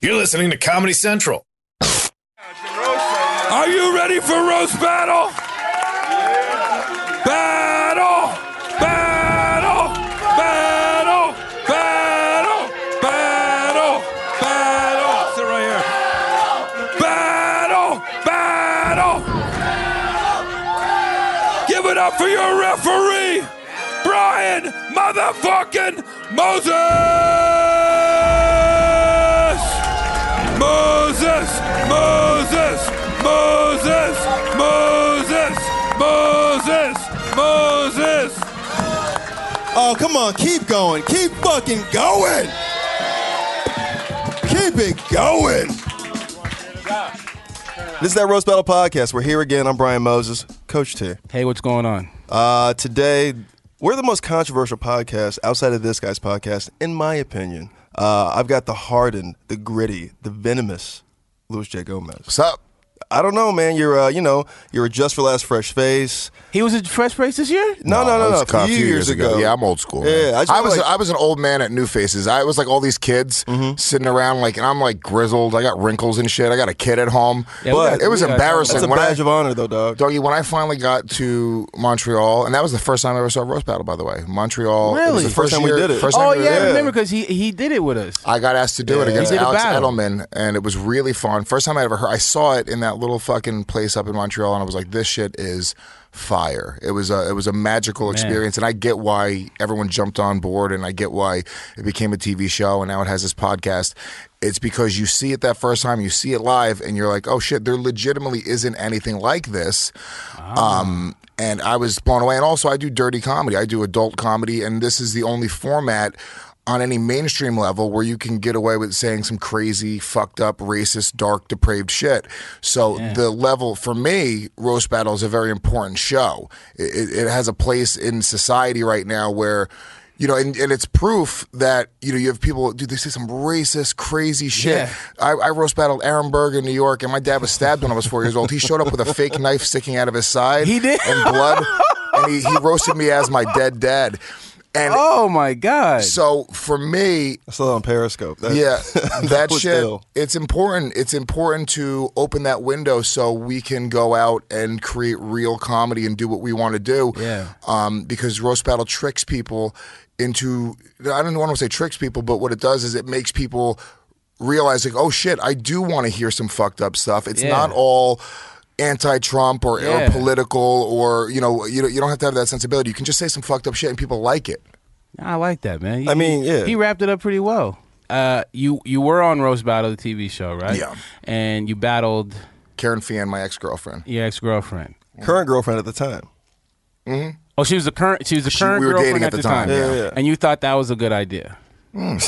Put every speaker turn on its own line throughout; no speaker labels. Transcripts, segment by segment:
You're listening to Comedy Central.
Are you ready for roast battle? Battle! Battle! Battle! Battle! Battle! Battle! Sit right here. Battle! Battle! Give it up for your referee, Brian motherfucking Moses! Moses, Moses, Moses, Moses, Moses, Moses.
Oh, come on, keep going. Keep fucking going. Keep it going. This is that Roast Battle Podcast. We're here again. I'm Brian Moses, Coach T.
Hey, what's going on?
Uh, today, we're the most controversial podcast outside of this guy's podcast, in my opinion. Uh, I've got the hardened, the gritty, the venomous Luis J. Gomez.
What's up?
I don't know, man. You're, uh, you know, you're a just for last fresh face.
He was at Fresh Race this year?
No, no, no,
That
no.
was
A few years, ago.
Yeah, I'm old school.
Yeah,
man.
I just
I,
wanna,
was
like- Mm-hmm.
I was an old man at New Faces. I was like all these kids sitting around, like, and I'm like grizzled. I got wrinkles and shit. I got a kid at home.
Yeah, we
but
got-
it was
we got-
embarrassing.
That's a
When I-
badge of honor, though, dog.
Doggy, when I finally got to Montreal, and that was the first time I ever saw a roast battle, by the way. Montreal. it was
Really?
the
First time we
year-
did it.
First time
Oh,
we
yeah,
did
I
it.
remember because he, he did it with us.
I got asked to do it against
did a
Alex
battle.
Edelman, and it was really fun. First time I ever heard, I saw it in that little fucking place up in Montreal, and I was like, "This shit is fire!" It was a it was a magical experience, and I get why everyone jumped on board, and I get why it became a TV show, and now it has this podcast. It's because you see it that first time, you see it live, and you're like, "Oh shit!" There legitimately isn't anything like this.
Ah.
Um, and I was blown away. And also, I do dirty comedy. I do adult comedy, and this is the only format on any mainstream level where you can get away with saying some crazy, fucked up, racist, dark, depraved shit. So the level for me, roast battle is a very important show. It, it has a place in society right now where. You know, and, and it's proof that, you know, you have people, dude, they say some racist, crazy shit.
Yeah.
I, I roast battled Aaron Berg in New York, and my dad was stabbed when I was four years old. He showed up with a fake knife sticking out of his side.
He did?
And blood. and he, he roasted me as my dead dad. And
oh, my God.
so for me,
I saw it on Periscope. That-
yeah, that
was
shit.
ill.
It's important. It's important to open that window so we can go out and create real comedy and do what we want to do.
Yeah.
Um, because roast battle tricks people into. I don't want to say tricks people, but what it does is it makes people realize like, oh shit, I do want to hear some fucked up stuff. It's
Yeah.
not all. Anti-Trump or,
Yeah.
or political or you know you don't- you don't have to have that sensibility. You can just say some fucked up shit and people like it.
I like that, man. He-
I mean, yeah.
He wrapped it up pretty well. Uh, you you were on Roast Battle, the TV show, right?
Yeah.
And you battled
Karen Fian, my ex-girlfriend.
your ex girlfriend.
Current girlfriend at the time.
Mm-hmm.
Oh, she was the current. She was the
She-
current
we were
girlfriend
dating at the time,
yeah. Yeah, yeah.
And you thought that was a good idea.
Hmm.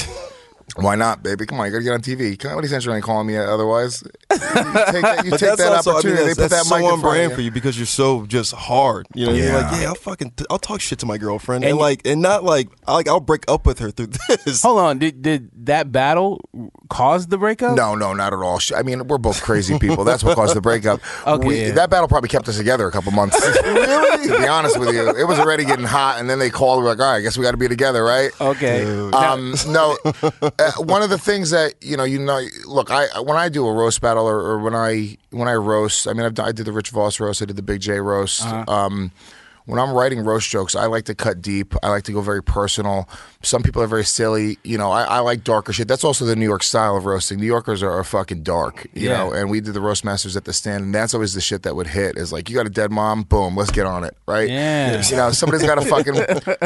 Why not, baby? Come on, you gotta get on TV. Comedy Central ain't calling me otherwise. You take that, you
But
take
that's
that
also, I mean,
opportunity.
that's,
they put that
that's
mic
so
in
on
front
brand
of
for you because you're so just hard. You know, you're like,
Yeah.
yeah, I'll fucking, t- I'll talk shit to my girlfriend,
And
and,
you-
like, and not like, I, like, I'll break up with her through this.
Hold on. Did did that battle cause the breakup?
No, no, not at all. She- I mean, we're both crazy people. That's what caused the breakup.
Okay,
We-
yeah.
That battle probably kept us together a couple months. really? To be honest with you, it was already getting hot, and then they called. We're like, all right, I guess we got to be together, right?
Okay.
Um, no, uh, one of the things that you know, you know, look, I when I do a roast battle or, or when I when I roast, I mean, I've done, I did the Rich Voss roast, I did the Big J roast.
Uh-huh.
Um, when I'm writing roast jokes, I like to cut deep. I like to go very personal. Some people are very silly. You know, I, I like darker shit. That's also the New York style of roasting. New Yorkers are, are fucking dark, you
Yeah.
know. And we did the roast masters at the stand, and that's always the shit that would hit. Is like, you got a dead mom, boom, let's get on it, right?
Yeah.
You know, somebody's got to fucking,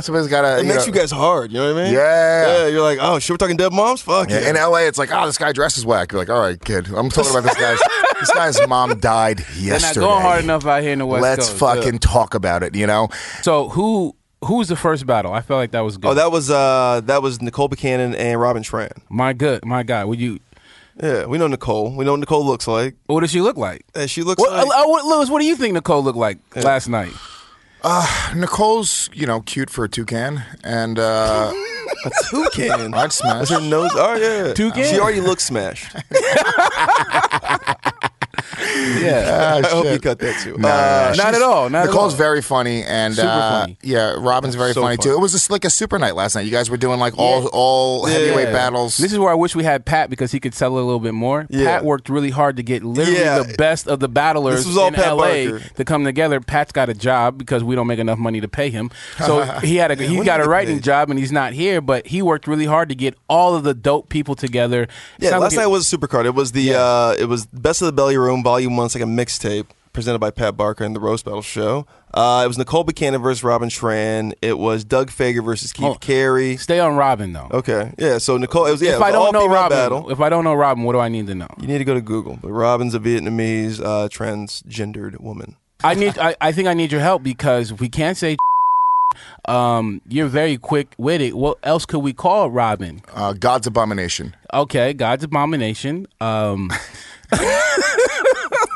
somebody's got to.
It makes you guys hard. You know what I mean?
Yeah.
yeah. You're like, oh, shit, we're talking dead moms. Fuck yeah.
Yeah, in LA, it's like, oh, this guy dresses whack. You're like, all right, kid, I'm talking about this guy's. this guy's mom died
They're not
yesterday.
going hard enough out here in the West
Let's
Coast.
fucking talk about it. You know,
So who who was the first battle? I felt like that was good.
Oh, that was uh, that was Nicole Buchanan and Robin Tran.
my good, my God. Would you?
Yeah, we know Nicole. We know what Nicole looks like.
What does she look like?
And she looks
What,
like.
uh, what, Lewis, what do you think Nicole looked like last night?
Nicole's, you know, cute for a toucan, and uh,
a toucan.
I'd smash.
That's her nose. Oh yeah,
Toucan?
She already looks smashed.
Yeah.
Ah,
I hope
shit.
you cut that too.
No, no, no, no.
Uh,
Not
She's-
at all, not at
Nicole's
all.
very funny, and
Super
uh,
funny.
yeah, Robin's very
So
funny too.
funny.
It was just like a super night last night. You guys were doing like all all heavyweight battles.
This is where I wish we had Pat because he could sell it a little bit more.
Yeah.
Pat worked really hard to get literally
Yeah.
the best of the battlers
This was all
in
Pat
LA
Barker.
to come together. Pat's got a job because we don't make enough money to pay him. So he had a he
when
got
did
a
he
writing
pay?
job and he's not here, but he worked really hard to get all of the dope people together.
Yeah,
Sounds
last
like it-
night was Supercard. It was the uh, it was Best of the Belly Room Volume One, it's like a mixtape presented by Pat Barker and the Roast Battle Show. Uh, it was Nicole Buchanan versus Robin Tran. It was Doug Fager versus Keith
Hold on.
Carey.
Stay on Robin though.
Okay, yeah. So Nicole, it was yeah.
if
it was
I don't
all
know
female
Robin,
battle.
if I don't know Robin, what do I need to know?
You need to go to Google. But Robin's a Vietnamese uh, transgendered woman.
I need. I, I think I need your help because we can't say. Um, you're very quick witted. What else could we call Robin?
uh, God's abomination.
Okay, God's abomination. Um,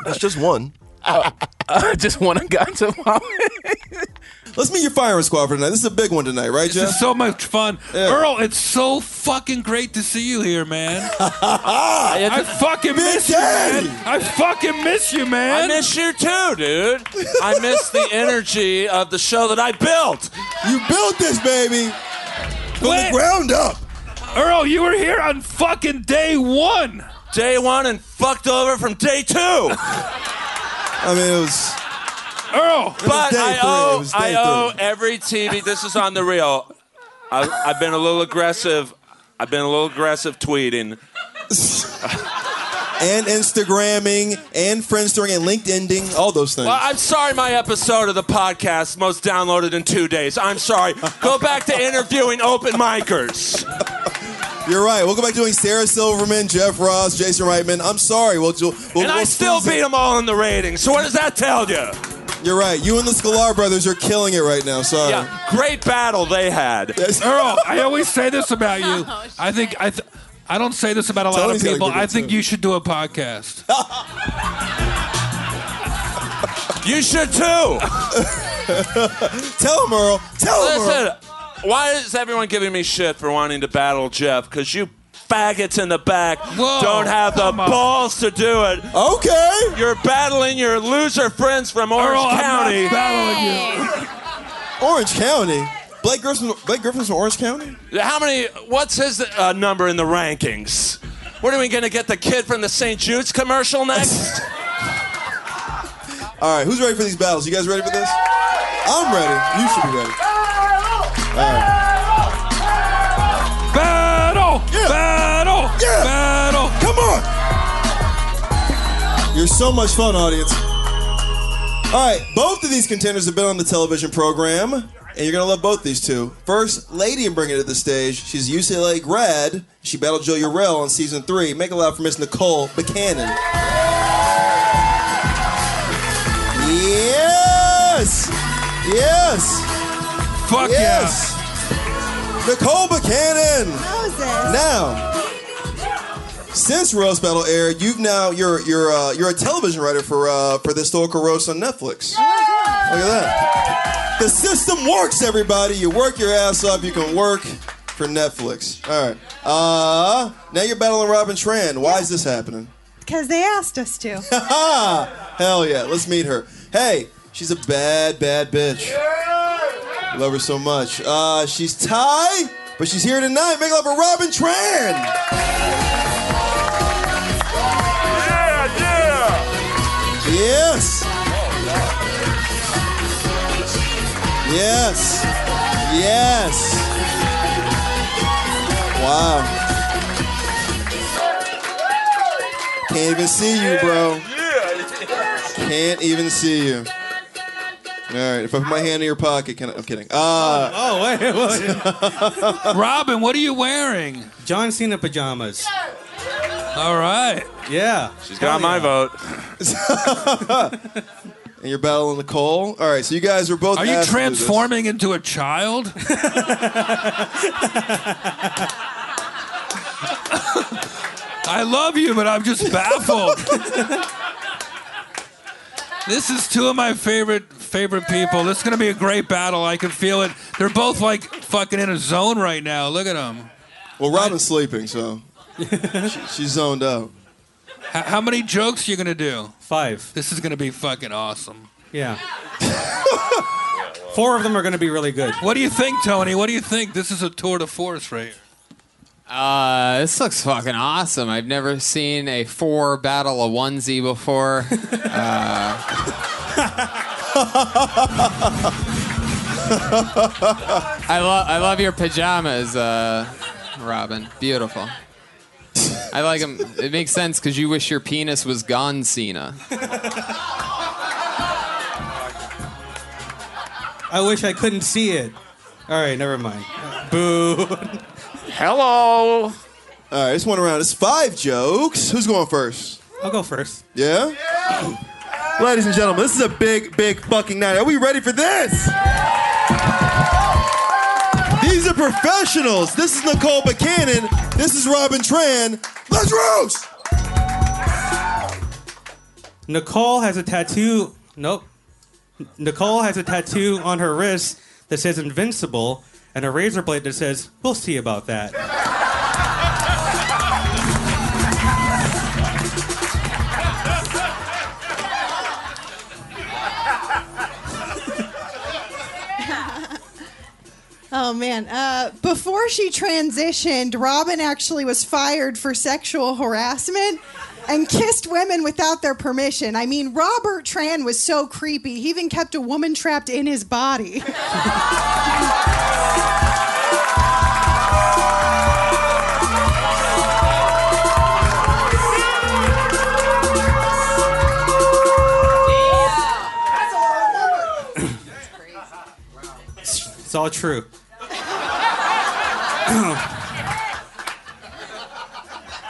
That's just one.
I just want to God's abomination.
Let's meet your firing squad for tonight. This is a big one tonight, right,
This is so much fun. Earl, it's so fucking great to see you here, man. I fucking miss you,
Daddy!
man. I fucking miss you, man.
I miss you too, dude. I miss the energy of the show that I built.
You built this baby from
Wait.
ground up.
Earl, you were here on fucking day one.
Day one and fucked over from day two.
I mean, it was.
Earl,
But
day
I
three. It
owe,
was day
I
three.
owe every TV. This is on the real. I've, I've been a little aggressive. I've been a little aggressive tweeting.
and Instagramming and Friendstering and LinkedIn, all those things.
Well, I'm sorry, my episode of the podcast most downloaded in two days. I'm sorry. Go back to interviewing open micers.
You're right. We'll go back to doing Sarah Silverman, Jeff Ross, Jason Reitman. I'm sorry. We'll, we'll, we'll
And I
we'll
still
squeeze
beat
it.
them all in the ratings. So what does that tell you?
You're right. You and the Scalar brothers are killing it right now. Sorry.
Yeah, great battle they had.
Yes.
Earl, I always say this about you.
Oh,
I think I. Th- I don't say this about a lot
Tony's
of
got a
people.
good one,
I think
too.
you should do a podcast.
You should too.
Tell him, Earl. Tell him, Earl.
Listen, why is everyone giving me shit for wanting to battle Jeff? Because you faggots in the back
Whoa,
don't have the
come on.
balls to do it.
Okay.
You're battling your loser friends from Orange
Earl, I'm
County.
not battling you.
Orange County. Blake Griffin. Blake Griffin's from Orange County.
How many? What's his uh, number in the rankings? What are we gonna get the kid from the St. Jude's commercial next?
All right. Who's ready for these battles? You guys ready for this? I'm ready. You should be ready.
Battle!
Yeah.
Battle!
Yeah.
Battle!
Come on. You're so much fun, audience. All right, both of these contenders have been on the television program, and you're gonna love both these two. First, Lady and bringing it to the stage. She's a UCLA grad. She battled Jill Urell on season three. Make a loud for Miss Nicole Buchanan. Yes, yes,
Fuck
yes. Nicole Buchanan.
Moses.
Now, since Roast Battle aired, you've now you're you're uh, you're a television writer for uh, for the historical roast on Netflix. Look at that. The system works, everybody. You work your ass off. You can work for Netflix. All right. Uh, now you're battling Robin Tran. Why is this happening?
Because they asked us to.
Ha! Hell yeah. Let's meet her. Hey, she's a bad, bad bitch. Love her so much. Uh, she's Thai, but she's here tonight. Make love for Robin Tran.
yeah, yeah.
Yes. Yes. Yes. Wow. Can't even see you, bro. Can't even see you. All right, if I put my hand in your pocket, can I? I'm kidding. Uh,
Oh, wait, wait.
yeah. Robin, what are you wearing?
John Cena pajamas.
All right.
Yeah.
She's got my vote.
and you're battling Nicole. All right, so you guys are both.
Are you
asked to do this.
transforming into a child? I love you, but I'm just baffled. this is two of my favorite favorite people. This is gonna be a great battle. I can feel it. They're both like fucking in a zone right now. Look at them.
Well, Robin's sleeping, so she, she's zoned out.
H- how many jokes are you going to do?
Five.
This is going to be fucking awesome.
Yeah. Four of them are going to be really good.
What do you think, Tony? What do you think? This is a tour de force right here.
Uh, this looks fucking awesome. I've never seen a four battle of onesie before. Uh, I love I love your pajamas, uh, Robin. Beautiful. I like them. It makes sense because you wish your penis was gone, Cena.
I wish I couldn't see it. All right, never mind. Boo.
Hello.
All right, it's one around. It's five jokes. Who's going first?
I'll go first.
Yeah? Ladies and gentlemen, this is a big, big fucking night. Are we ready for this? These are professionals. This is Nicole Buchanan. This is Robin Tran. Let's roast!
Nicole has a tattoo. Nope. N- Nicole has a tattoo on her wrist that says invincible and a razor blade that says, we'll see about that.
Oh man! Uh, before she transitioned, Robin actually was fired for sexual harassment and kissed women without their permission. I mean, Robert Tran was so creepy. He even kept a woman trapped in his body.
It's all true.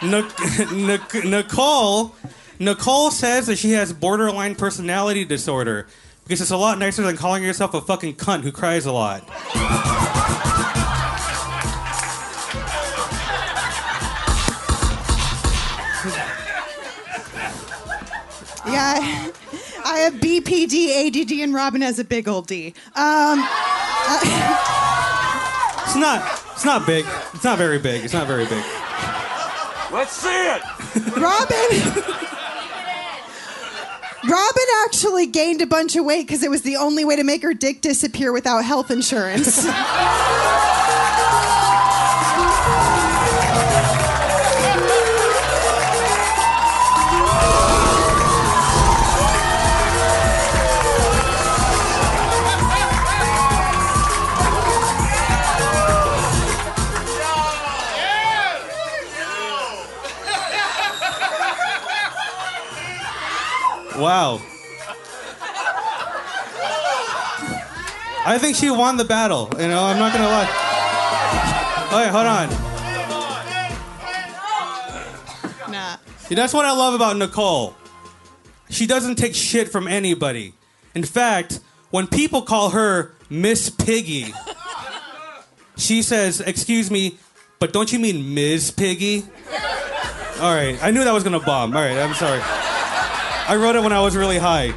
Nic- Nic- Nicole, Nicole says that she has borderline personality disorder because it's a lot nicer than calling yourself a fucking cunt who cries a lot.
Yeah, I- I have BPD, ADD, and Robin has a big old D. Um,
It's not. It's not big. It's not very big. It's not very big.
Let's see it.
Robin. Robin actually gained a bunch of weight because it was the only way to make her dick disappear without health insurance.
Wow. I think she won the battle. You know, I'm not gonna lie. All right, hold on.
nah.
See, that's what I love about Nicole. She doesn't take shit from anybody. In fact, when people call her Miss Piggy, she says, "Excuse me, but don't you mean Ms. Piggy?" All right, I knew that was gonna bomb. All right, I'm sorry. I wrote it when I was really high.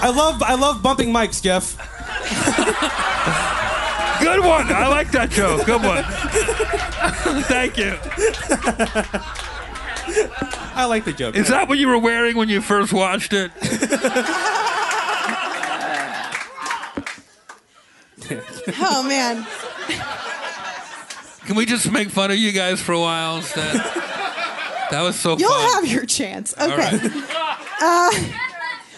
I love I love bumping mics, Jeff.
Good one. I like that joke. Good one. Thank you.
I like the joke.
Is that what you were wearing when you first watched it?
Oh man.
Can we just make fun of you guys for a while instead? That was so
You'll
fun.
have your chance. Okay.
right.
Uh,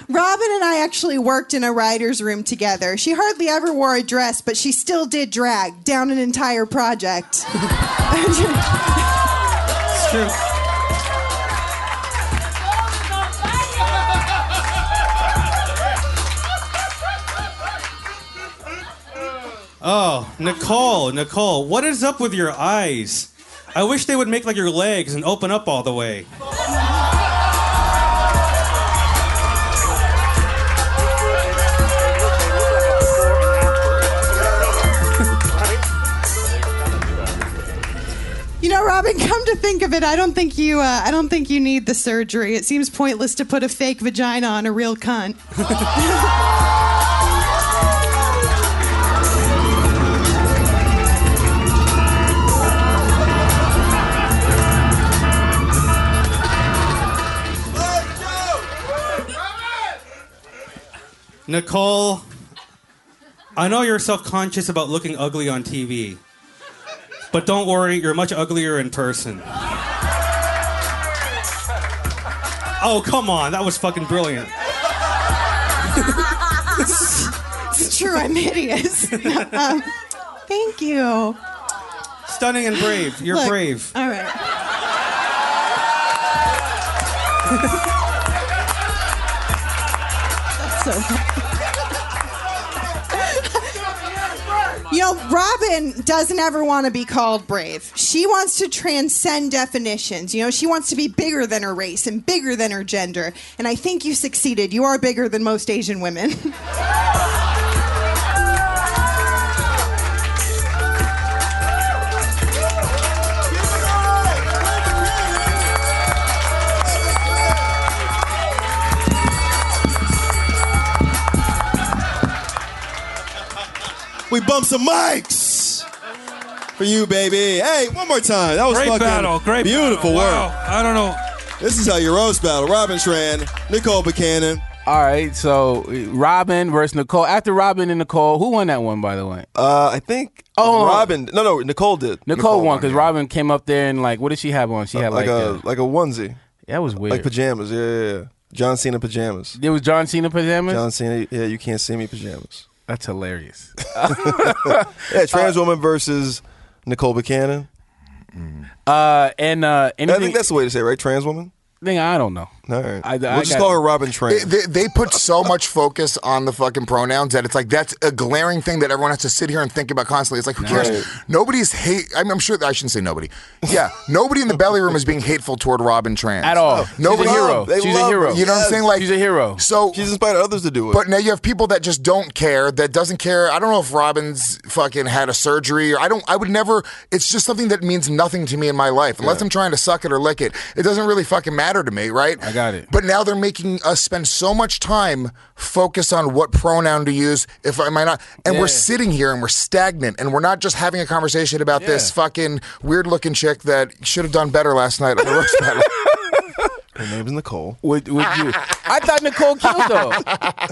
Robin and I actually worked in a writer's room together. She hardly ever wore a dress, but she still did drag down an entire project.
It's true. Oh, Nicole, Nicole, what is up with your eyes? I wish they would make like your legs and open up all the way.
you know, Robin, come to think of it, I don't think you uh, I don't think you need the surgery. It seems pointless to put a fake vagina on a real cunt.
Nicole, I know you're self conscious about looking ugly on TV, but don't worry, you're much uglier in person. Oh, come on, that was fucking brilliant.
It's true, I'm hideous. um, thank you.
Stunning and brave. You're
Look,
brave.
All right. That's so funny. You know, Robin doesn't ever want to be called brave. She wants to transcend definitions. You know, she wants to be bigger than her race and bigger than her gender. And I think you succeeded. You are bigger than most Asian women.
We bump some mics for you, baby. Hey, one more time. That was
Great
fucking
battle. Great
beautiful
battle.
work.
Wow. I don't know.
This is how you roast battle. Robin Tran, Nicole Buchanan.
All right, so uh, Robin versus Nicole. After Robin and Nicole, who won that one, by the way?
Uh, I think
Oh.
Robin. No, no, Nicole did.
Nicole,
Nicole
won
won,
because
yeah.
Robin came up there and like, what did she have on? She had like, a,
like a onesie,
that was weird.
pajamas. Yeah, yeah, yeah. John Cena pajamas.
it was John Cena pajamas.
Cena. Yeah, you can't see me pajamas.
That's hilarious.
Yeah, trans woman versus Nicole Buchanan.
Uh, and uh, anything,
I think that's the way to say it, right? Trans woman.
thing I don't know.
All right,
I- I
we'll just
got
call
it.
her Robin Tran.
They, they, they put so much focus on the fucking pronouns that it's like that's a glaring thing that everyone has to sit here and think about constantly. It's like who cares?
Right.
Nobody's hate. I mean, I'm sure I shouldn't say nobody. Yeah, nobody in the belly room is being hateful toward Robin Trans
At all.
Nobody
She's a hero.
They
She's a
love
hero.
her.
You know what I'm saying? Like
She's a hero.
So
She's inspired others to do it.
But now you have people that just don't care, that doesn't care. I don't know if Robin's fucking had a surgery or I don't, I would never, it's just something that means nothing to me in my life. Unless I'm trying to suck it or lick it, it doesn't really fucking matter to me, right? I
got it.
But now they're making us spend so much time focused on what pronoun to use, if I might not. And we're sitting here and we're stagnant and we're not just having a conversation about this fucking weird looking chick that should have done better last night on the roast battle.
her name's Nicole.
Would, would you? I thought Nicole killed though.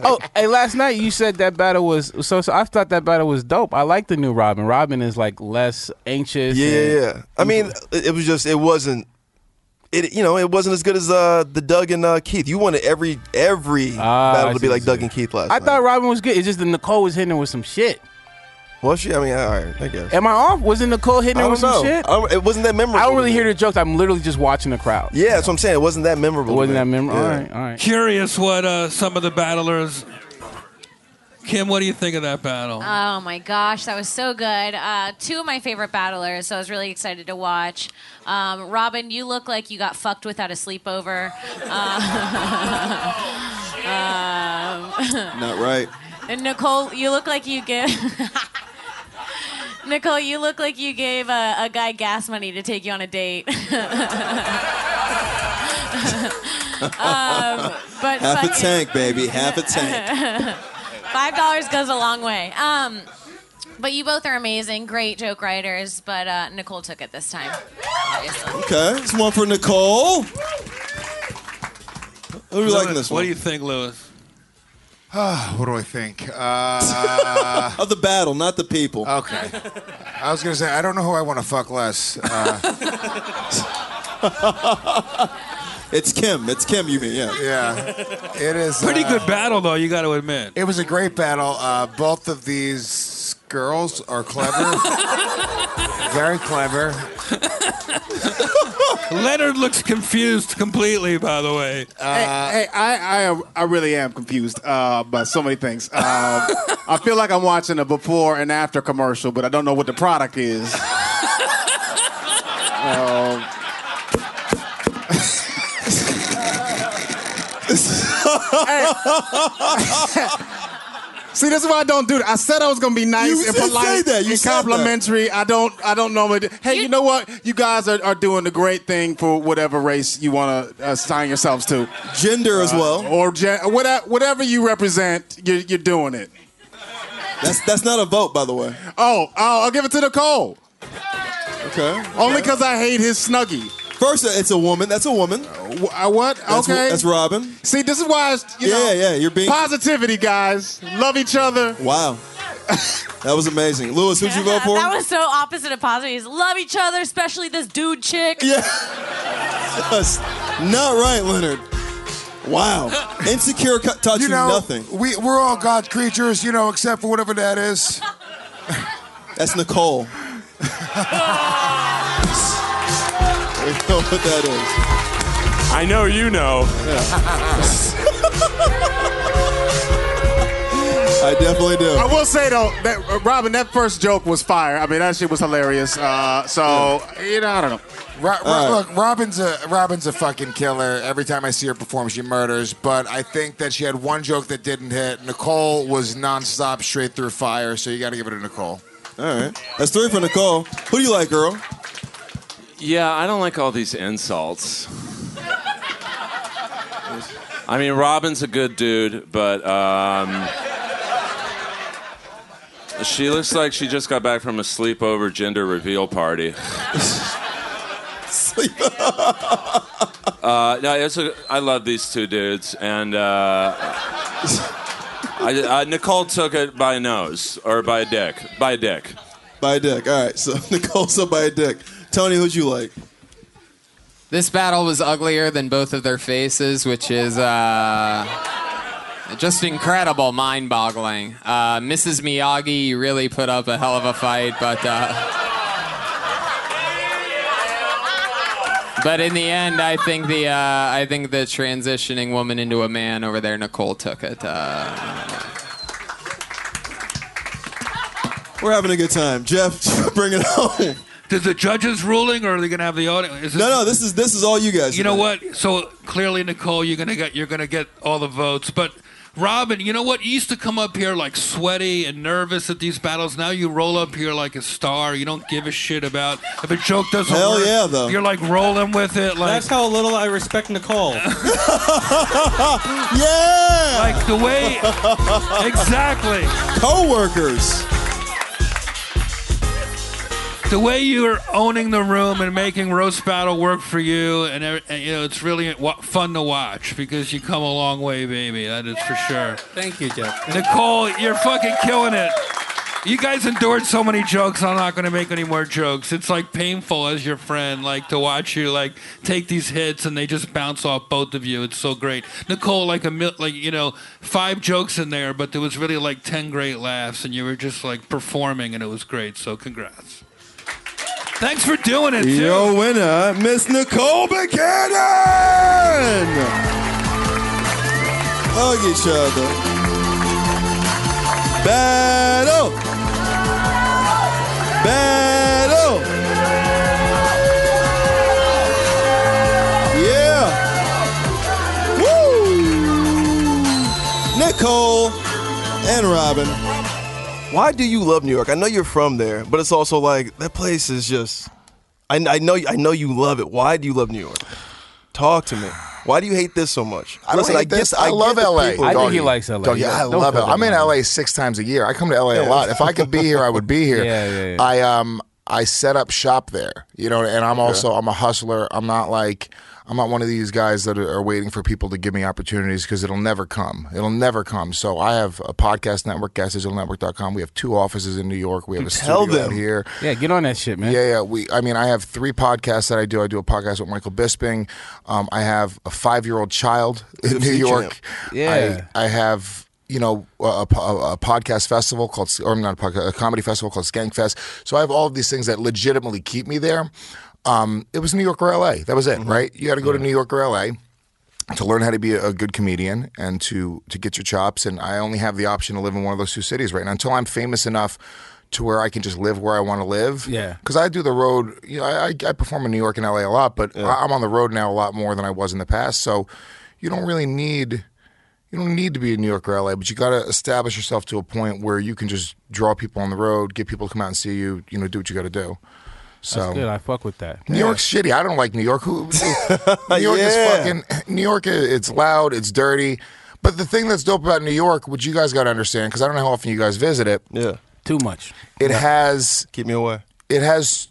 oh, hey, last night you said that battle was so. so I thought that battle was dope. I like the new Robin. Robin is like less anxious.
Yeah,
and-
yeah, yeah. I mean, it it was just it wasn't. It you know it wasn't as good as uh, the Doug and uh, Keith. You wanted every every
Ah, I
battle to
see,
be
I
like
see.
Doug and Keith last
I
night.
thought Robin was good. It's just that Nicole was hitting her with some shit.
Well, she. I mean, all right. I guess.
Am I off? Wasn't Nicole hitting
I
her
don't
with
know.
some shit?
I don't- it wasn't that memorable.
I don't really
to me.
hear the jokes. I'm literally just watching the crowd.
Yeah, that's what I'm saying. It wasn't that memorable.
It
to
wasn't
me.
that memorable. All
Yeah.
right, all right.
Curious what uh, some of the battlers. Kim, what do you think of that battle?
Oh my gosh, that was so good. Uh, two of my favorite battlers, so I was really excited to watch. Um, Robin, you look like you got fucked without a sleepover.
Not right.
And Uh, um, Nicole, you look like you give. Nicole, you look like you gave a, a guy gas money to take you on a date. um, Um, but
Half a
fucking-
tank, baby. Half a tank.
Five dollars goes a long way. Um, but you both are amazing, great joke writers. But uh, Nicole took it this time. obviously.
Okay, it's one for Nicole. Who are we liking this
What
one?
do you think, Lewis?
Ah, what do I think? Uh,
of the battle, not the people.
Okay. I was gonna say I don't know who I want to fuck less. Uh,
It's Kim. It's Kim. You mean? Yeah.
yeah, it is
Pretty
uh,
good battle, though. You got to admit.
It was a great battle. Uh, both of these girls are clever, very clever.
Leonard looks confused completely. By the way, Uh,
hey, I, I, I really am confused uh, by so many things. Um, I feel like I'm watching a before and after commercial, but I don't know what the product is. Um, Hey. See, this is why I don't do that. I said I was gonna be nice
You
and
did
polite
say that. You
and
said that.
complimentary. I don't. I don't normally. Do. Hey, you, know what? You guys are, are doing the great thing for whatever race you want to assign yourselves to Uh,
Gender as well.
or gen- whatever, whatever you represent, you're, you're doing it.
That's that's not a vote, by the way.
Oh, oh, I'll give it to Nicole.
Okay.
Only because I hate his snuggie. Uh,
First, uh, it's a woman. That's a woman.
what?
That's,
Okay.
That's Robin.
See, this is why, it's, you
yeah,
know,
yeah. You're being.
positivity, guys. Love each other.
Wow. that was amazing. Lewis, who'd you vote for?
That was so opposite of positive. He's love each other, especially this dude chick.
Yeah. That's not right, Leonard. Wow. Insecure cut taught you,
you know,
nothing.
We we're all God creatures, you know, except for whatever that is.
That's Nicole. we know what that
I know you know.
is. I definitely do.
I will say though that uh, Robin, that first joke was fire. I mean, that shit was hilarious. Uh, so you know, I don't know.
Ro- Ro-
All right.
Look, Robin's a Robin's a fucking killer. Every time I see her perform, she murders. But I think that she had one joke that didn't hit. Nicole was nonstop, straight through fire. So you got to give it to Nicole.
All right. That's three for Nicole. Who do you like, girl?
Yeah, I don't like all these insults. I mean, Robin's a good dude, but um, she looks like she just got back from a sleepover gender reveal party. uh, no, it's a, I love these two dudes, and uh, I, uh, Nicole took it by a nose or by a dick, by a dick.
By a dick. All right. So Nicole's up by a dick. Tony, who'd you like?
This battle was uglier than both of their faces, which is uh, just incredible, mind boggling. Uh, Mrs. Miyagi really put up a hell of a fight, but. Uh, But in the end, I think the uh, I think the transitioning woman into a man over there, Nicole took it. Uh,
We're having a good time. Jeff, bring it home.
Does the judges ruling, or are they gonna have the audience? Is
No, no. This is this is all you guys.
You know
tonight.
what? So clearly, Nicole, you're gonna get you're gonna get all the votes. But Robin, you know what? You used to come up here like sweaty and nervous at these battles. Now you roll up here like a star. You don't give a shit about if a joke doesn't
Hell
work.
yeah, though.
You're like rolling with it. Like
That's how little I respect Nicole.
Yeah.
like the way exactly
Co-workers.
the way you're owning the room and making roast battle work for you, and, every- and, you know it's really wa- fun to watch because you come a long way, baby. That is for sure.
Thank you, Jeff.
Nicole, you're fucking killing it. You guys endured so many jokes. I'm not gonna make any more jokes. It's like painful as your friend, like to watch you like take these hits and they just bounce off both of you. It's so great, Nicole. Like a mil- like you know five jokes in there, but there was really like ten great laughs, and you were just like performing, and it was great. So congrats. Thanks for doing it. Too.
Your winner, Miss Nicole Buchanan! Hug each other. Battle! Battle! Yeah! Woo! Nicole and Robin.
Why do you love New York? I know you're from there, but it's also like that place is just. I, I know I know you love it. Why do you love New York? Talk to me. Why do you hate this so much?
I don't
Listen,
hate
I get-
this.
I
I,
get
love
the
LA.
people.
I think
doggy.
he likes LA.
Doggy, I
Don't
love
put
LA. I'm
that
in
on.
LA six times a year. I come to LA a lot. If I could be here, I would be here.
Yeah, yeah, yeah.
I um I set up shop there. You know, and I'm also I'm a hustler. I'm not like I'm not one of these guys that are are waiting for people to give me opportunities because it'll never come. It'll never come. So I have a podcast network, gasdigitalnetwork.com. We have two offices in New York. We have a
Tell
studio out
them.
here.
Yeah, get on that shit, man.
Yeah, yeah. We, I mean, I have three podcasts that I do. I do a podcast with Michael Bisping. Um, I have a five-year-old child in New York.
Yeah.
I, I have. You know, a, a, a podcast festival called, or not a podcast, a comedy festival called Skankfest. So I have all of these things that legitimately keep me there. Um, it was New York or LA. That was it, right? You got to go to New York or LA to learn how to be a good comedian and to to get your chops. And I only have the option to live in one of those two cities right now until I'm famous enough to where I can just live where I want to live.
Yeah.
because I do the road. You know, I, I I perform in New York and LA a lot, but I, I'm on the road now a lot more than I was in the past. So you don't really need. You don't need to be in New York or LA, but you got to establish yourself to a point where you can just draw people on the road, get people to come out and see you. You know, do what you got to do. So
Um,
That's good. I fuck with that.
New York's shitty. I don't like New York. Who, who- New York is fucking. New York. i- It's loud. It's dirty. But the thing that's dope about New York, which you guys got to understand, because I don't know how often you guys visit it,
Yeah,
Too much.
it has
keep me away.
it has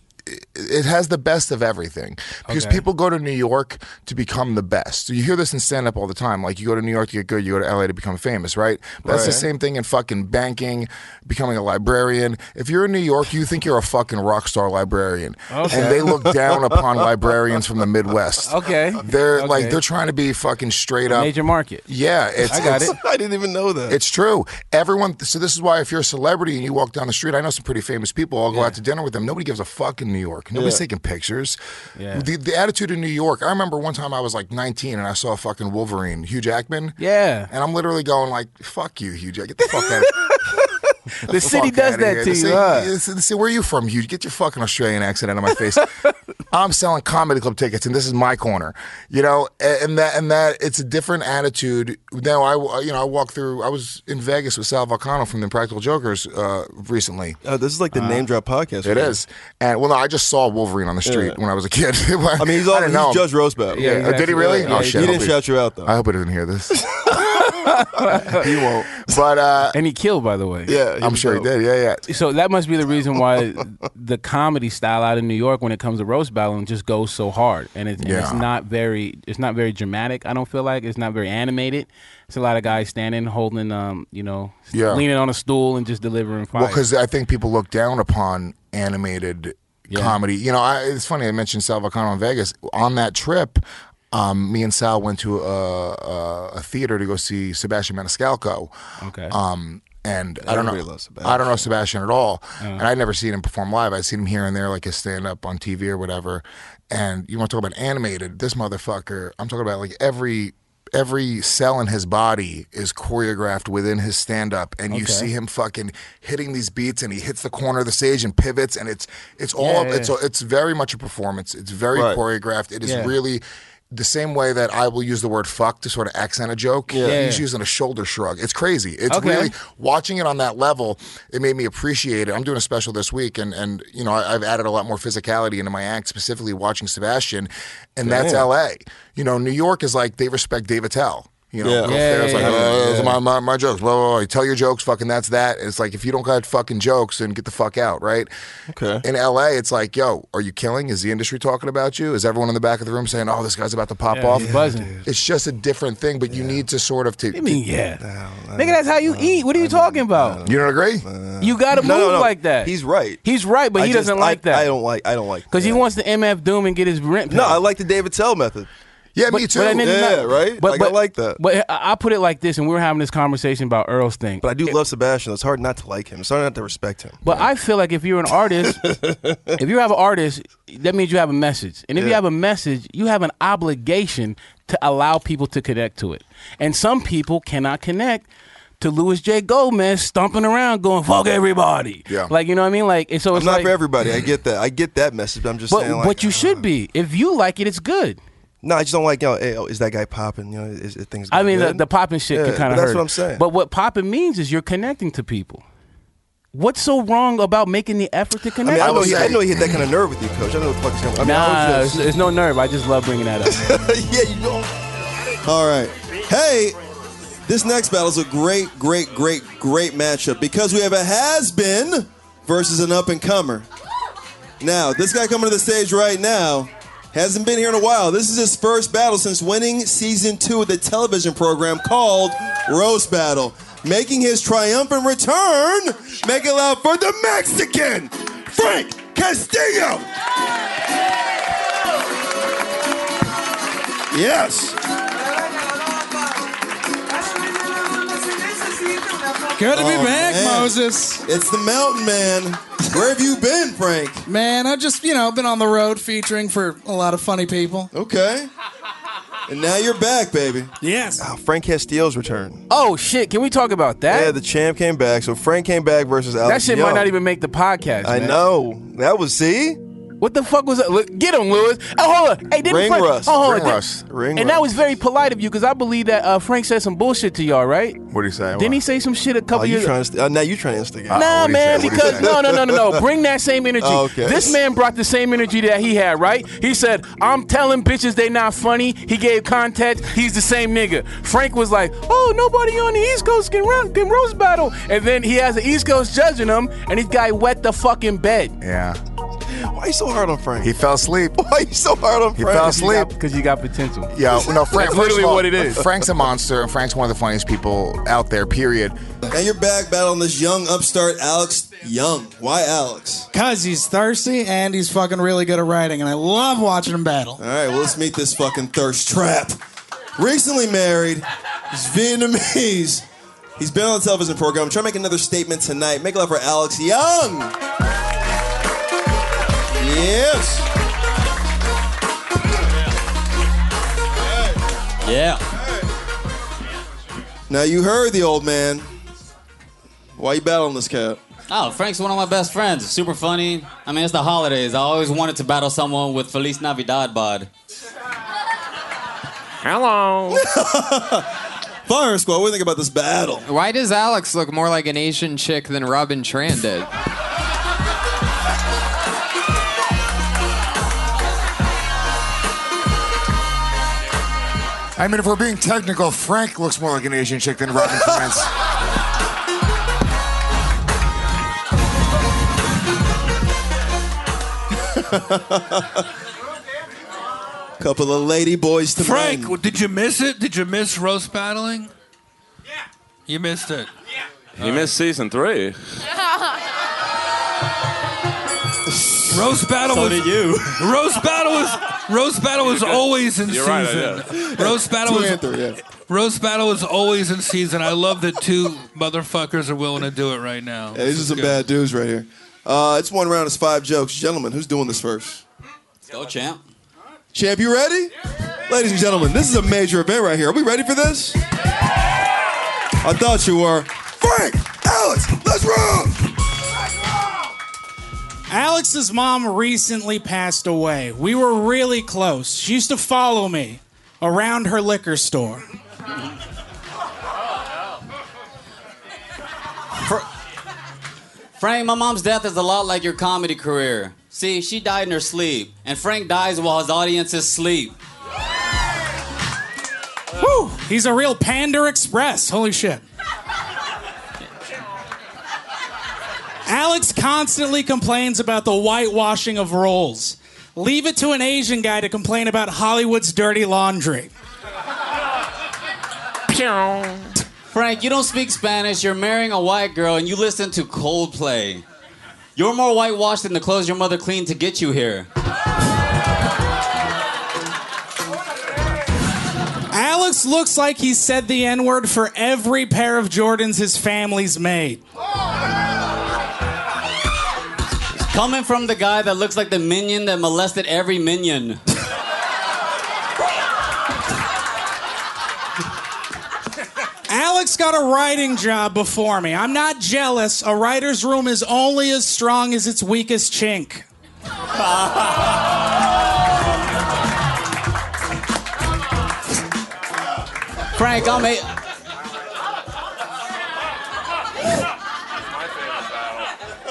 it has the best of everything because
Okay.
people go to New York to become the best. You hear this in stand up all the time. Like you go to New York to get good, you go to LA to become famous, right? But That's the
Right.
same thing in fucking banking, becoming a librarian. If you're in New York, you think you're a fucking rock star librarian,
Okay.
and they look down upon librarians from the Midwest.
Okay,
they're like
Okay.
they're trying to be fucking straight up
Major market.
Yeah, it's,
I got
it's-
it.
I didn't even know that.
It's true. Everyone. So this is why if you're a celebrity and you walk down the street, I know some pretty famous people. I'll go out to dinner with them. Nobody gives a fuck in New York. Nobody's
Yeah.
taking pictures.
Yeah.
The, the attitude in New York. I remember one time I was like 19 and I saw fucking Wolverine, Hugh Jackman.
Yeah.
And I'm literally going like, "Fuck you, Hugh Jack. Get the fuck out." of
The city does
outta
that
here.
to
The
you,
city-
huh?
the city- see, where are you from, Hugh? Get your fucking Australian accent out of my face. I'm selling comedy club tickets, and this is my corner. You know, A- and that and that it's a different attitude. Now I you know I walked through. I was in Vegas with Sal Volcano from the Practical Jokers uh, recently.
Uh, this is like the name drop podcast.
It
right?
is, and well, no, I just saw Wolverine on the street
Yeah.
when I was a kid.
I mean, he's
I
all
didn't
he's
know him.
Judge Roast Battle.
Yeah, Oh, did he really?
Yeah,
oh
he
shit!
didn't
hope
shout you out though.
I hope he doesn't hear this. he won't. But uh,
and he killed, by the way.
Yeah, I'm sure he did. Yeah, yeah.
So that must be the reason why the comedy style out of New York, when it comes to roast battling, just goes so hard, and, it, and it's
Yeah.
not very, it's not very dramatic. I don't feel like it's not very animated. It's a lot of guys standing, holding, um, you know,
Yeah.
leaning on a stool and just delivering fire.
Well, because I think people look down upon animated comedy. You know, I, it's funny I mentioned Sal Vacano in Vegas. On that trip, um, me and Sal went to a, a, a theater to go see Sebastian Maniscalco.
Okay.
Um, and I don't know.
Everybody loves Sebastian.
I don't know Sebastian at all,
Oh.
Uh.
and I'd never seen him perform live. I'd seen him here and there, like his stand up on TV or whatever. And you want to talk about animated? This motherfucker. I'm talking about like every every cell in his body is choreographed within his stand up, and you
Okay.
see him fucking hitting these beats, and he hits the corner of the stage and pivots, and it's it's all
Yeah, yeah,
it's
yeah.
it's very much a performance. It's very
Right.
choreographed. It is
Yeah.
really. The same way that I will use the word fuck to sort of accent a joke,
Yeah.
he's using a shoulder shrug. It's crazy. It's
Okay.
really watching it on that level, it made me appreciate it. I'm doing a special this week, and and you know I, I've added a lot more physicality into my act, specifically watching Sebastian, and that's
Damn.
L.A. You know, New York is like they respect Dave Attell. You know,
Yeah.
Go up
Yeah,
there, it's
yeah,
like
yeah,
"Uh,
yeah.
those are my, my my jokes. Blah, blah blah. You tell your jokes, fucking that's that. It's like if you don't got fucking jokes, then get the fuck out, right?
Okay.
In L.A., it's like, yo, are you killing? Is the industry talking about you? Is everyone in the back of the room saying, oh, this guy's about to pop
Yeah,
off?
he's buzzing.
It's just a different thing, but you need to sort of to. I
mean, yeah. Nigga, that's how you eat. What are you talking about?
You don't agree?
You got to move
No, no, no.
like that.
He's right.
He's right, but
I
he
just-
doesn't like
I-
that.
I don't like. I don't like.
Because he wants the MF Doom and get his rent.
No, I like the David Tell method.
Yeah,
But- but that nigga's
yeah,
not-
right.
But,
Like,
but
I like
Uh,
that.
But I I put it like this, and we were having this conversation about Earl's thing.
But I do love Sebastian. It's hard not to like him. It's hard not to respect him.
But I feel like if you're an artist, if you have an artist, that means you have a message. And if you
Yeah.
have a message, you have an obligation to allow people to connect to it. And some people cannot connect to Louis J. Gomez stomping around going, fuck everybody.
Yeah.
Like, you know what I mean? Like, and so
I'm
it's
not
like,
for everybody. I get that. I get that message. But I'm just
But-
saying. Like, uh,
but you should be. If you like it, it's good.
No, I just don't like. You know, hey, oh, is that guy popping? You know, is, is things.
I mean, the,
good?
the popping shit
Yeah,
can kind
but
of
That's
hurt.
what I'm saying.
But what popping means is you're connecting to people. What's so wrong about making the effort to
I
connect?
mean, I
to
know, he, I
people?
know he hit that kind of nerve with you, coach. I know what the fuck is going. on. I mean, I
nah,
was
it's, it's no nerve. I just love bringing that up.
yeah, you don't.
All right. Hey, this next battle is a great, great, great, great matchup because we have a has been versus an up and comer. Now, this guy coming to the stage right now hasn't been here in a while. This is his first battle since winning season two of the television program called Roast Battle. Making his triumphant return, make it loud for the Mexican, Frank Castillo. Yes.
Good to
Oh,
be back,
Moses. Oh, It's the Mountain Man. Where have you been, Frank?
Man, I've just, you know, been on the road featuring for a lot of funny people.
Okay. And now you're back, baby.
Yes.
Ah, Frank Castillo's return.
Oh shit! Can we talk about that?
Yeah, the champ came back. So Frank came back versus Alex.
that shit might
Young.
not even make the podcast.
Oh, I
man.
know. That was see.
What the fuck was that? Look, Get him, Lewis. Oh, hold on. Hey, didn't
Ring
Frank?
rust.
Oh, hold on.
Ring
Did-
rust. Ring
and that was very polite of you because I believe that uh, Frank said some bullshit to y'all, right?
What do you say?
Didn't he say some shit a couple
Oh, you
years?
trying to st- uh, now you trying to instigate?
Nah, man, because no, no, no, no, no. Bring that same energy.
Oh, okay.
This man brought the same energy that he had, right? He said, "I'm telling bitches they not funny." He gave context. He's the same nigga. Frank was like, "Oh, nobody on the East Coast can run, can roast battle," and then he has the East Coast judging him, and this guy wet the fucking bed.
Yeah.
Why are you so hard on Frank?
He fell asleep.
Why are you so hard on
He
Frank?
fell asleep.
Because you got potential.
Yeah, no, Frank.
That's
first
literally
of all, uh,
what it is.
Frank's a monster, and Frank's one of the funniest people out there. Period.
Now you're back battling this young upstart Alex Young. Why Alex?
Cause he's thirsty and he's fucking really good at writing, and I love watching him battle.
All right, well, let's meet this fucking thirst trap. Recently married, he's Vietnamese. He's been on the television program. I'm trying to make another statement tonight. Make love for Alex Young. Yes.
Yeah.
Now you heard the old man. Why you battling this cat?
Oh, Frank's one of my best friends. Super funny. I mean, it's the holidays. I always wanted to battle someone with Feliz Navidad bod.
Hello.
Fire Squad, what do you think about this battle?
Why does Alex look more like an Asian chick than Robin Tran did?
I mean, if we're being technical, Frank looks more like an Asian chick than Robin France.
Couple of lady boys to
Frank,
men.
w- did you miss it? Did you miss roast battling? Yeah. You missed it.
You missed season three.
Roast battle
So
was
did you.
Roast battle was roast battle was
You're good.
always in
You're right, I
season.
did.
roast battle
Two
was
and three, yeah.
roast battle was always in season. I love that two motherfuckers are willing to do it right now.
Yeah, these are some bad dudes right here. Uh, it's one round, it's five jokes. Gentlemen, who's doing this first?
Go, champ.
Champ, you ready? Ladies and gentlemen, this is a major event right here. Are we ready for this? I thought you were. Frank, Alex, let's roll!
Alex's mom recently passed away. We were really close. She used to follow me around her liquor store.
Frank, my mom's death is a lot like your comedy career. See, she died in her sleep, and Frank dies while his audience is asleep.
Woo! He's a real Panda Express. Holy shit. Alex constantly complains about the whitewashing of roles. Leave it to an Asian guy to complain about Hollywood's dirty laundry.
Frank, you don't speak Spanish, you're marrying a white girl, and you listen to Coldplay. You're more whitewashed than the clothes your mother cleaned to get you here.
Alex looks like he said the N word for every pair of Jordans his family's made.
Coming from the guy that looks like the minion that molested every minion.
Alex got a writing job before me. I'm not jealous. A writer's room is only as strong as its weakest chink.
Frank, I'm a.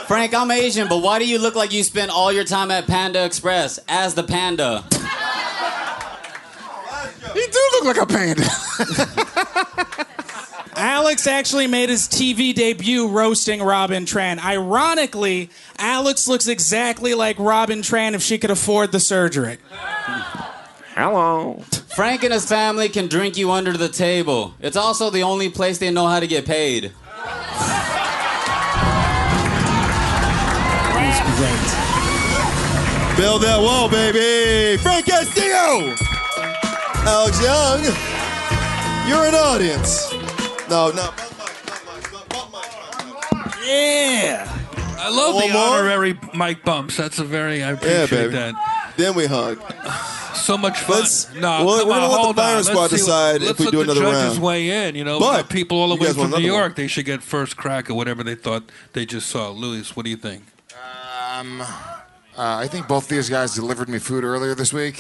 Frank, I'm Asian, but why do you look like you spent all your time at Panda Express as the panda?
You do look like a panda. Alex actually made his TV debut roasting Robin Tran. Ironically, Alex looks exactly like Robin Tran if she could afford the surgery.
Hello. Frank and his family can drink you under the table. It's also the only place they know how to get paid.
Build that wall, baby. Frank Castillo. Alex Young. You're an audience. No, no.
Yeah. I love
One
the
more?
honorary mic bumps. That's a very I appreciate
baby.
that.
Then we hug.
So much fun. no,
we're-
come
we're
on,
gonna let the
hold on.
Fire
Let's
Squad
see what-
decide if
let's
we
let
do
the
another
judges
round.
weigh in. You know,
But
we got people all
you
the way
guys want
from New
another one.
York. They should get first crack at whatever they thought they just saw. Luis, what do you think?
Um, uh, I think both these guys delivered me food earlier this week.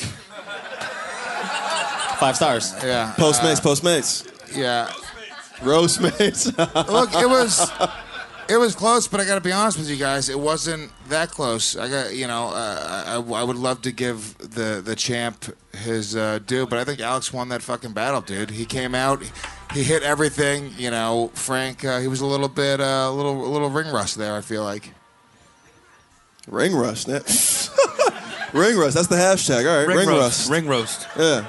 Five stars.
Yeah.
Postmates,
uh,
postmates.
Yeah.
Roast mates. Look,
Look, it was it was close, but I got to be honest with you guys, it wasn't that close. I got you know, uh, I, I would love to give the the champ his uh, due, but I think Alex won that fucking battle, dude. He came out, he hit everything. You know, Frank, uh, he was a little bit uh, a little a little ring rust there. I feel like.
Ring rust. Yeah. ring rust. That's the hashtag. All right. Ring,
Ring roast,
rust.
ring roast.
Yeah.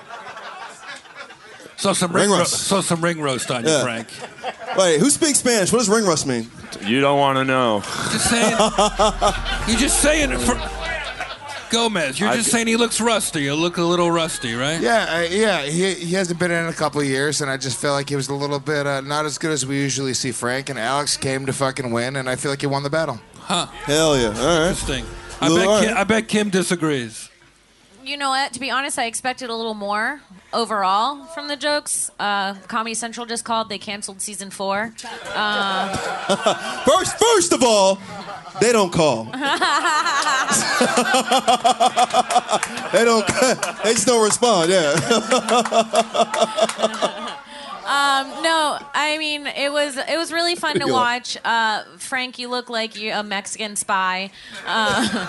So some
Ring
ring, ro-
roast.
so some ring roast on
Yeah.
you, Frank.
Wait, who speaks Spanish? What does ring rust mean?
You don't want to know.
Just saying. you're just saying it for Gomez. You're
I-
just saying he looks rusty. You look a little rusty, right?
Yeah, uh, yeah. He, he hasn't been in a couple of years, and I just felt like he was a little bit uh, not as good as we usually see Frank. And Alex came to fucking win, and I feel like he won the battle.
Huh.
Hell yeah! All right.
Interesting. I
Well, all
bet,
right.
Kim, I bet Kim disagrees.
You know what? To be honest, I expected a little more overall from the jokes. Uh, Comedy Central just called; they canceled season four. Uh,
first, first of all, they don't call. they don't. They just don't respond. Yeah.
Um, no, I mean it was it was really fun to
You're-
watch. Uh, Frank, you look like you a Mexican spy. Uh,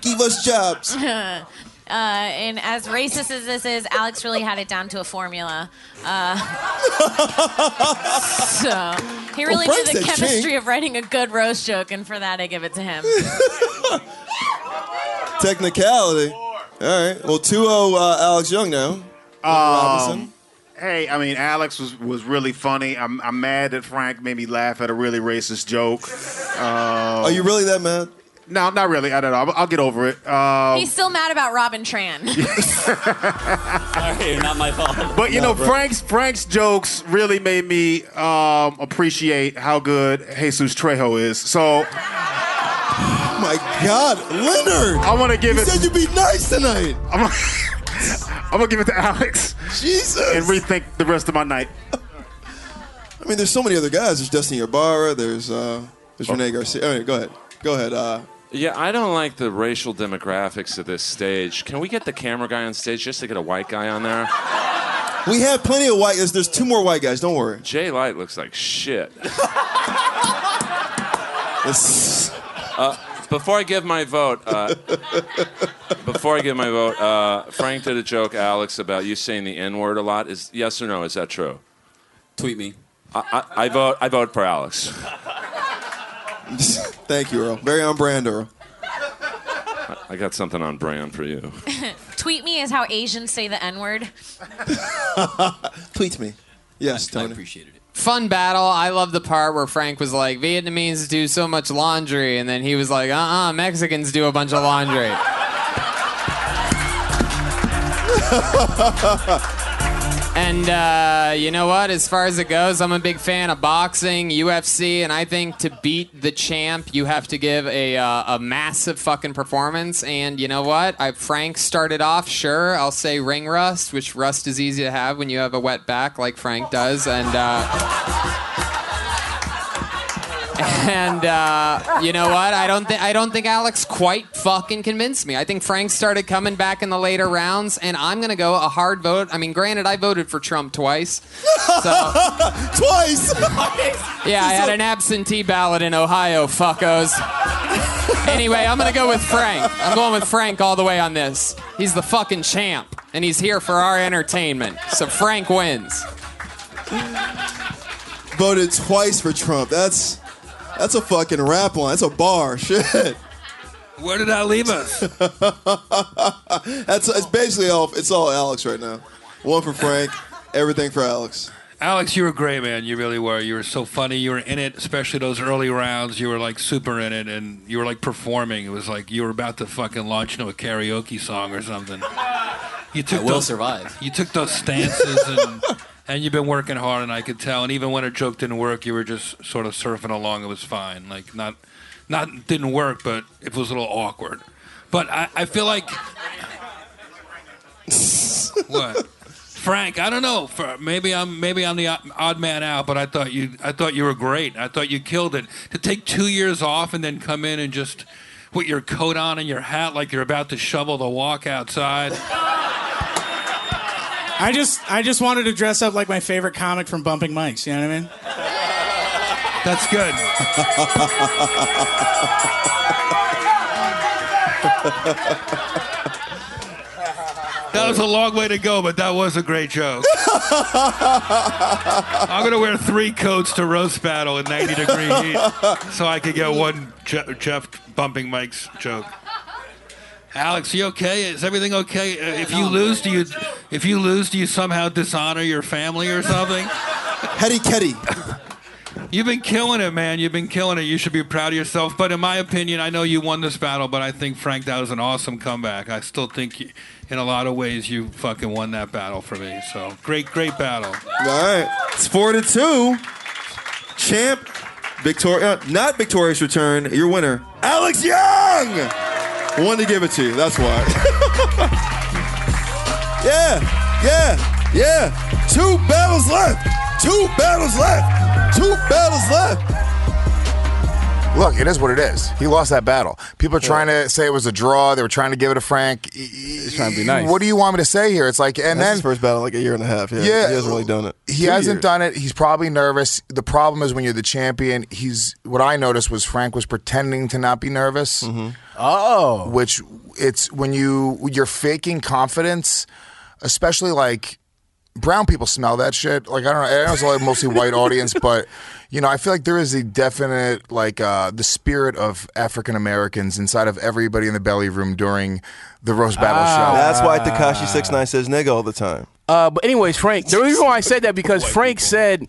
Give us jobs.
uh, uh, and as racist as this is, Alex really had it down to a formula. Uh, so he
Well,
really
Frank's
knew
a
the
chink.
chemistry of writing a good roast joke, and for that I give it to him.
Technicality. All right. Well, 2-0 uh, Alex Young now. Robinson.
Um, hey, I mean, Alex was, was really funny. I'm, I'm mad that Frank made me laugh at a really racist joke. Um,
Are you really that mad?
No, not really. I don't know. I'll, I'll get over it. Um,
He's still mad about Robin Tran.
Sorry, not my fault. But you
No,
know,
bro.
Frank's Frank's jokes really made me um, appreciate how good Jesus Trejo is. So.
My God, Leonard!
I want to give
You
it.
said you'd be nice tonight.
I'm, I'm gonna give it to Alex.
Jesus.
And rethink the rest of my night.
I mean, there's so many other guys. There's Destiny Ybarra. There's uh, there's
Oh.
Renee Garcia. All right, go ahead. Go ahead. Uh,
Yeah, I don't like the racial demographics of this stage. Can we get the camera guy on stage just to get a white guy on there?
we have plenty of white. There's, there's two more white guys. Don't worry.
Jay Light looks like shit. Uh, before I give my vote, uh, before I give my vote, uh, Frank did a joke, Alex, about you saying the N word a lot. Is yes or no? Is that true?
Tweet me.
I, I, I vote. I vote for Alex.
Thank you, Earl. Very on brand, Earl.
I, I got something on brand for you.
Tweet me is how Asians say the N word.
Tweet me. Yes, Tony. I
appreciated it.
Fun battle. I love the part where Frank was like, Vietnamese do so much laundry. And then he was like, uh uh Mexicans do a bunch of laundry. and uh, you know what? As far as it goes, I'm a big fan of boxing, UFC, and I think to beat the champ, you have to give a, uh, a massive fucking performance. And you know what? I, Frank started off, sure, I'll say ring rust, which rust is easy to have when you have a wet back like Frank does. And. Uh, and uh, you know what? I don't think I don't think Alex quite fucking convinced me. I think Frank started coming back in the later rounds, and I'm gonna go a hard vote. I mean, granted, I voted for Trump twice. So,
Twice.
yeah, I had an absentee ballot in Ohio, fuckos. Anyway, I'm gonna go with Frank. I'm going with Frank all the way on this. He's the fucking champ, and he's here for our entertainment. So Frank wins.
Voted twice for Trump. That's that's a fucking rap line. That's a bar. Shit.
Where did that leave us?
that's it's basically all. It's all Alex right now. One for Frank. Everything for Alex.
Alex, you were great, man. You really were. You were so funny. You were in it, especially those early rounds. You were like super in it, and you were like performing. It was like you were about to fucking launch into a karaoke song or something. You took
I will
those,
survive.
You took those stances, and and you've been working hard, and I could tell. And even when a joke didn't work, you were just sort of surfing along. It was fine. Like not, not didn't work, but it was a little awkward. But I, I feel like what? Frank, I don't know. For, maybe I'm maybe I'm the odd- odd man out, but I thought you I thought you were great. I thought you killed it. To take two years off and then come in and just with your coat on and your hat like you're about to shovel the walk outside.
I just I just wanted to dress up like my favorite comic from Bumping Mics. You know what I mean?
That's good. That was a long way to go, but that was a great joke. I'm gonna wear three coats to roast battle in 90 degree heat, so I could get one Je- Jeff bumping Mike's joke. Alex, you okay? Is everything okay? Uh, If you lose, do you if you lose, do you somehow dishonor your family or something?
Hetty Ketty.
You've been killing it, man. You've been killing it. You should be proud of yourself. But in my opinion, I know you won this battle, but I think Frank, that was an awesome comeback. I still think, you, in a lot of ways, you fucking won that battle for me. So great, great battle.
All right. It's four to two. Champ, Victoria, not victorious return, your winner, Alex Young. Wanted to give it to you. That's why. yeah, yeah, yeah. Two battles left. Two battles left. Two battles left.
Look, it is what it is. He lost that battle. People are trying to say it was a draw. They were trying to give it to Frank. He's
trying to be nice.
What do you want me to say here? It's like,
That's
and then
his first battle in like a year and a half. Yeah,
Yeah.
he hasn't really done it.
He hasn't done it. He's probably nervous. The problem is when you're the champion. He's what I noticed was Frank was pretending to not be nervous. Oh, which it's when you you're faking confidence, especially like brown people smell that shit. Like I don't know, I know it's like mostly white audience, but you know, I feel like there is a definite like uh, the spirit of African Americans inside of everybody in the belly room during the roast battle show.
That's why Takashi Six Nine says nigga all the time.
Uh, but anyways, Frank. The reason why I said that because Frank said,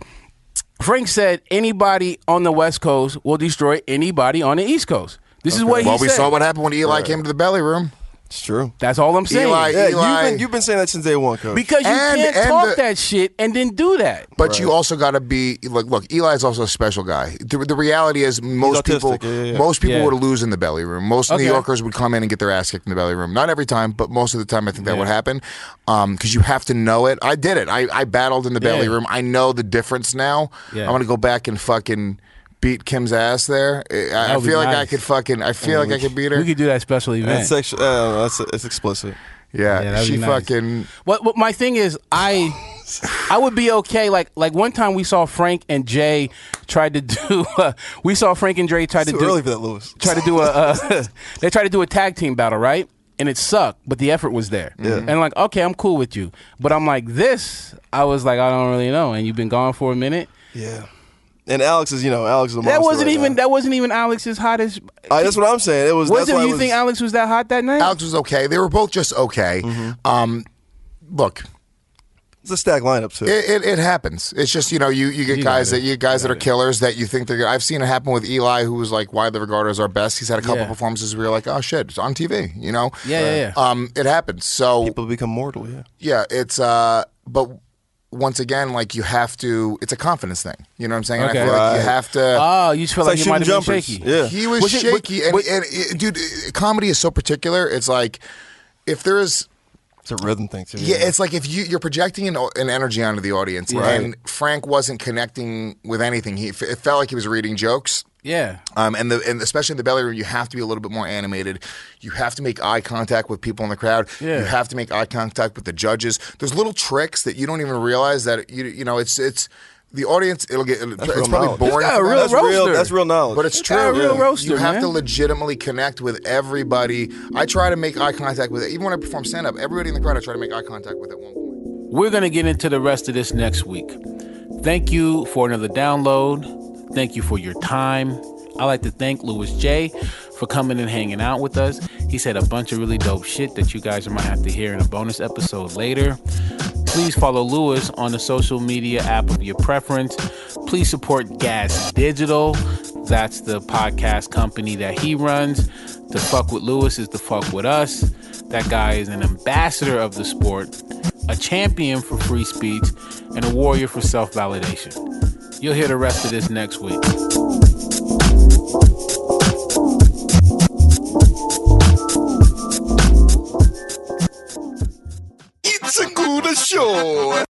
Frank said anybody on the West Coast will destroy anybody on the East Coast. This is what he
well, we
said.
saw what happened when Eli came to the belly room.
It's true.
That's all I'm saying.
Eli,
yeah,
Eli-
You've, been, you've been saying that since day one, coach.
Because you
And-
can't
and
talk
the-
that shit and then do that.
But you also got to be look. Look, Eli's also a special guy. The, the reality is, most people,
autistic, yeah, yeah, yeah.
most people
Yeah.
would lose in the belly room. Most
Okay.
New Yorkers would come in and get their ass kicked in the belly room. Not every time, but most of the time, I think that would happen because you have to know it. I did it. I, I battled in the belly
Yeah.
room. I know the difference now.
Yeah.
I'm gonna go back and fucking beat Kim's ass there. I, I
That would be
feel like I
nice.
could fucking. I feel like I could beat her.
We could
do that special
That's sexual. I don't know, that's it's explicit.
Yeah,
Yeah, that'd
she
be nice.
fucking.
What, what my thing is, I I would be okay. Like like one time we saw Frank and Jay tried to do. Uh, we saw Frank and Jay tried
It's
to
too
do
early for that, Lewis.
Try to do a uh, they tried to do a tag team battle, right? And it sucked, but the effort was there.
Yeah.
And like, okay, I'm cool with you, but I'm like this. I was like, I don't really know. And you've been gone for a minute.
Yeah. And Alex is, you know, Alex is a monster
That wasn't
right
even
now.
that wasn't even Alex's hottest.
Uh, that's what I'm saying. It was.
Was
that's
it?
why
You
it was,
think Alex was that hot that night?
Alex was okay. They were both just okay.
Mm-hmm.
Um, look,
It's a stack lineup too.
It, it, it happens. It's just you know you, you get guys that you get guys that are killers that you think they're. good. I've seen it happen with Eli, who was like widely regarded as our best. He's had a couple
Yeah.
performances where you're like, oh shit, it's on TV. You know.
Yeah, yeah, yeah.
Um, it happens. So
People become mortal. Yeah.
yeah, it's uh, but once again, like you have to. It's a confidence thing. You know what I'm saying? And I
Okay.
feel like you
Right.
have to.
Oh, you just feel It's like like you might shooting have been jumpers. shaky. Yeah.
He was,
Was it- was-
shaky, and, and, it- dude, it- comedy is so particular. It's like if there is.
It's a rhythm thing too.
Yeah, it's like if you you're projecting an, an energy onto the audience,
Yeah. Right.
and Frank wasn't connecting with anything. He it felt like he was reading jokes.
Yeah.
Um, and the and especially in the belly room, you have to be a little bit more animated. You have to make eye contact with people in the crowd.
Yeah.
You have to make eye contact with the judges. There's little tricks that you don't even realize that you you know it's it's the audience. It'll get it'll-
That's
it's
real
probably
knowledge.
boring.
This guy a
for them.
real That's real- roaster. that's real knowledge.
But it's
This
true.
guy a real roaster,
you have to
man.
legitimately connect with everybody. I try to make eye contact with even when I perform stand up. Everybody in the crowd, I try to make eye contact with at one point.
We're going to get into the rest of this next week. Thank you for another download. Thank you for your time. I'd like to thank Louis J for coming and hanging out with us. He said a bunch of really dope shit that you guys might have to hear in a bonus episode later. Please follow Lewis on the social media app of your preference. Please support Gas Digital. That's the podcast company that he runs. To fuck with Lewis is to fuck with us. That guy is an ambassador of the sport, a champion for free speech, and a warrior for self validation. You'll hear the rest of this next week.
It's a good show.